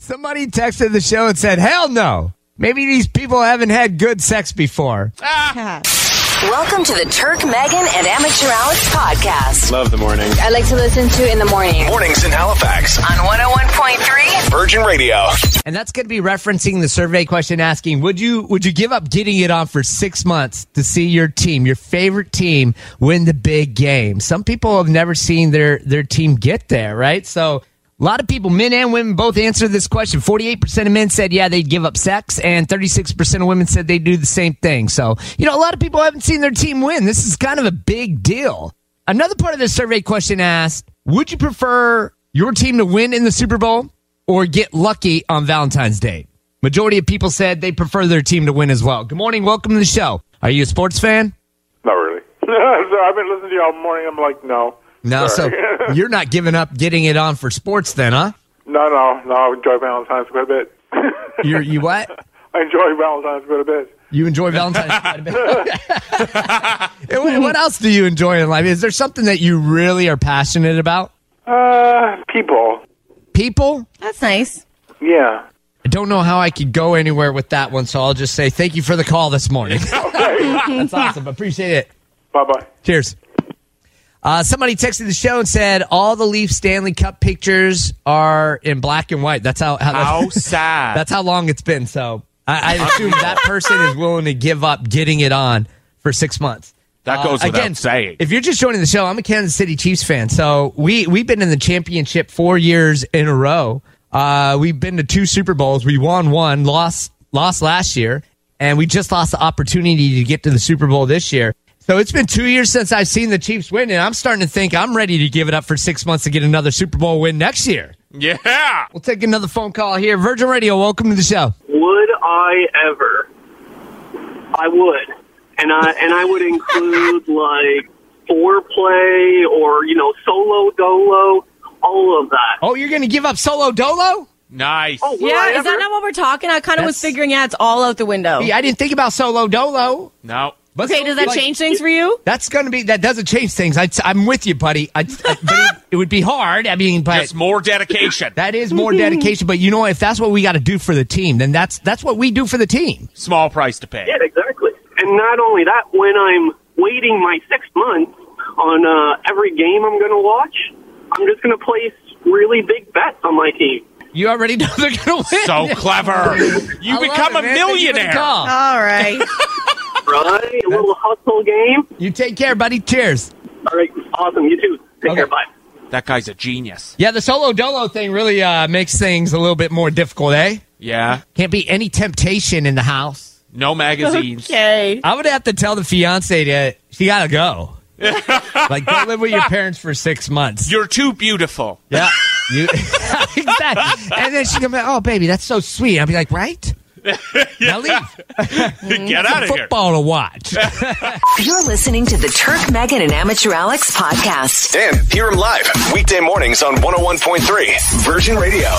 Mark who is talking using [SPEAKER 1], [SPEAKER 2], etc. [SPEAKER 1] Somebody texted the show and said, "Hell no! Maybe these people haven't had good sex before."
[SPEAKER 2] Welcome to the Turk, Megan, and Amateur Alex podcast.
[SPEAKER 3] Love the morning.
[SPEAKER 2] I like to listen to in the morning on
[SPEAKER 3] Mornings in Halifax on
[SPEAKER 2] 101.3.
[SPEAKER 3] Virgin Radio.
[SPEAKER 1] And that's going to be referencing the survey question asking, "Would you would you give up getting it on for 6 months to see your team, your favorite team win the big game?" Some people have never seen their their team get there, right? So a lot of people, men and women, both answered this question. 48% of men said, yeah, they'd give up sex, and 36% of women said they'd do the same thing. So, you know, a lot of people haven't seen their team win. This is kind of a big deal. Another part of the survey question asked, would you prefer your team to win in the Super Bowl or get lucky on Valentine's Day. Majority of people said they prefer their team to win as well. Good morning, welcome to the show. Are you a sports fan?
[SPEAKER 4] Not really. so I've been listening to you all morning. I'm like, no.
[SPEAKER 1] No,
[SPEAKER 4] Sorry.
[SPEAKER 1] so you're not giving up getting it on for sports then, huh?
[SPEAKER 4] no, no, no. I enjoy Valentine's quite a bit.
[SPEAKER 1] You you what?
[SPEAKER 4] I enjoy Valentine's quite a bit.
[SPEAKER 1] You enjoy Valentine's quite a bit. And what- what else do you enjoy in life? Is there something that you really are passionate about?
[SPEAKER 4] Uh, people.
[SPEAKER 1] People?
[SPEAKER 5] That's nice.
[SPEAKER 4] Yeah.
[SPEAKER 1] I don't know how I could go anywhere with that one, so I'll just say thank you for the call this morning. That's awesome. Appreciate it.
[SPEAKER 4] Bye bye.
[SPEAKER 1] Cheers. Uh, somebody texted the show and said all the Leaf Stanley Cup pictures are in black and white. That's how, how,
[SPEAKER 6] How
[SPEAKER 1] that's,
[SPEAKER 6] sad.
[SPEAKER 1] that's how long it's been. So I, I assume that person is willing to give up getting it on for six months. Uh,
[SPEAKER 6] that goes without saying.
[SPEAKER 1] If you're just joining the show, I'm a Kansas City Chiefs fan. So we we've been in the championship four years in a row. Uh, we've been to two Super Bowls. We won one, lost lost last year, and we just lost the opportunity to get to the Super Bowl this year. So it's been two years since I've seen the Chiefs win, and I'm starting to think I'm ready to give it up for six months to get another Super Bowl win next year.
[SPEAKER 6] yeah.
[SPEAKER 1] We'll take another phone call here. Virgin Radio, welcome to the show.
[SPEAKER 7] Would I ever? I would, and I and I would include like foreplay or you know solo dolo, all of that.
[SPEAKER 1] Oh, you're going to give up solo dolo?
[SPEAKER 6] Nice.
[SPEAKER 7] Oh, will I
[SPEAKER 5] yeah, is
[SPEAKER 7] ever?
[SPEAKER 5] that not what we're talking? I kind of was
[SPEAKER 1] That's-
[SPEAKER 5] figuring out it's all out the window.
[SPEAKER 1] Yeah, I didn't think about solo dolo.
[SPEAKER 6] No.
[SPEAKER 1] But
[SPEAKER 5] Okay, does that
[SPEAKER 1] like-
[SPEAKER 5] change things for you?
[SPEAKER 1] That's going to be that doesn't change things. I, am with you, buddy. I, I- but it, it would be hard. I mean, but
[SPEAKER 6] Just more dedication.
[SPEAKER 1] that is more dedication. But you know, if that's what we got to do for the team, then that's that's what we do for the team.
[SPEAKER 6] Small price to pay.
[SPEAKER 7] Yeah, exactly. And not only that, when I'm waiting my six months on uh, every game I'm going to watch, I'm just going to place really big bets on my team.
[SPEAKER 1] You already know they're going to win.
[SPEAKER 6] So clever.
[SPEAKER 1] I
[SPEAKER 6] You
[SPEAKER 1] love
[SPEAKER 6] become
[SPEAKER 1] it, man. Thank you for
[SPEAKER 6] a
[SPEAKER 1] the
[SPEAKER 6] millionaire.
[SPEAKER 1] call.
[SPEAKER 5] All right.
[SPEAKER 7] Right? A little hustle game.
[SPEAKER 1] You take care, buddy. Cheers.
[SPEAKER 7] All right, awesome. You too. Take
[SPEAKER 1] Okay.
[SPEAKER 7] care. Bye.
[SPEAKER 6] That guy's a genius.
[SPEAKER 1] Yeah, the solo dolo thing really uh, makes things a little bit more difficult, eh?
[SPEAKER 6] Yeah.
[SPEAKER 1] Can't be any temptation in the house.
[SPEAKER 6] No magazines.
[SPEAKER 5] okay.
[SPEAKER 1] I would have to tell the fiance to she gotta go. like go live with your parents for six months.
[SPEAKER 6] You're too beautiful.
[SPEAKER 1] Yeah. You, exactly. And then she come back, oh, baby, that's so sweet. I'll be like, right? Now leave.
[SPEAKER 6] Get out of here.
[SPEAKER 1] Football to watch.
[SPEAKER 2] You're listening to the Turk, Megan, and Amateur Alex podcast.
[SPEAKER 3] And hear him live weekday mornings on 101.3 Virgin Radio.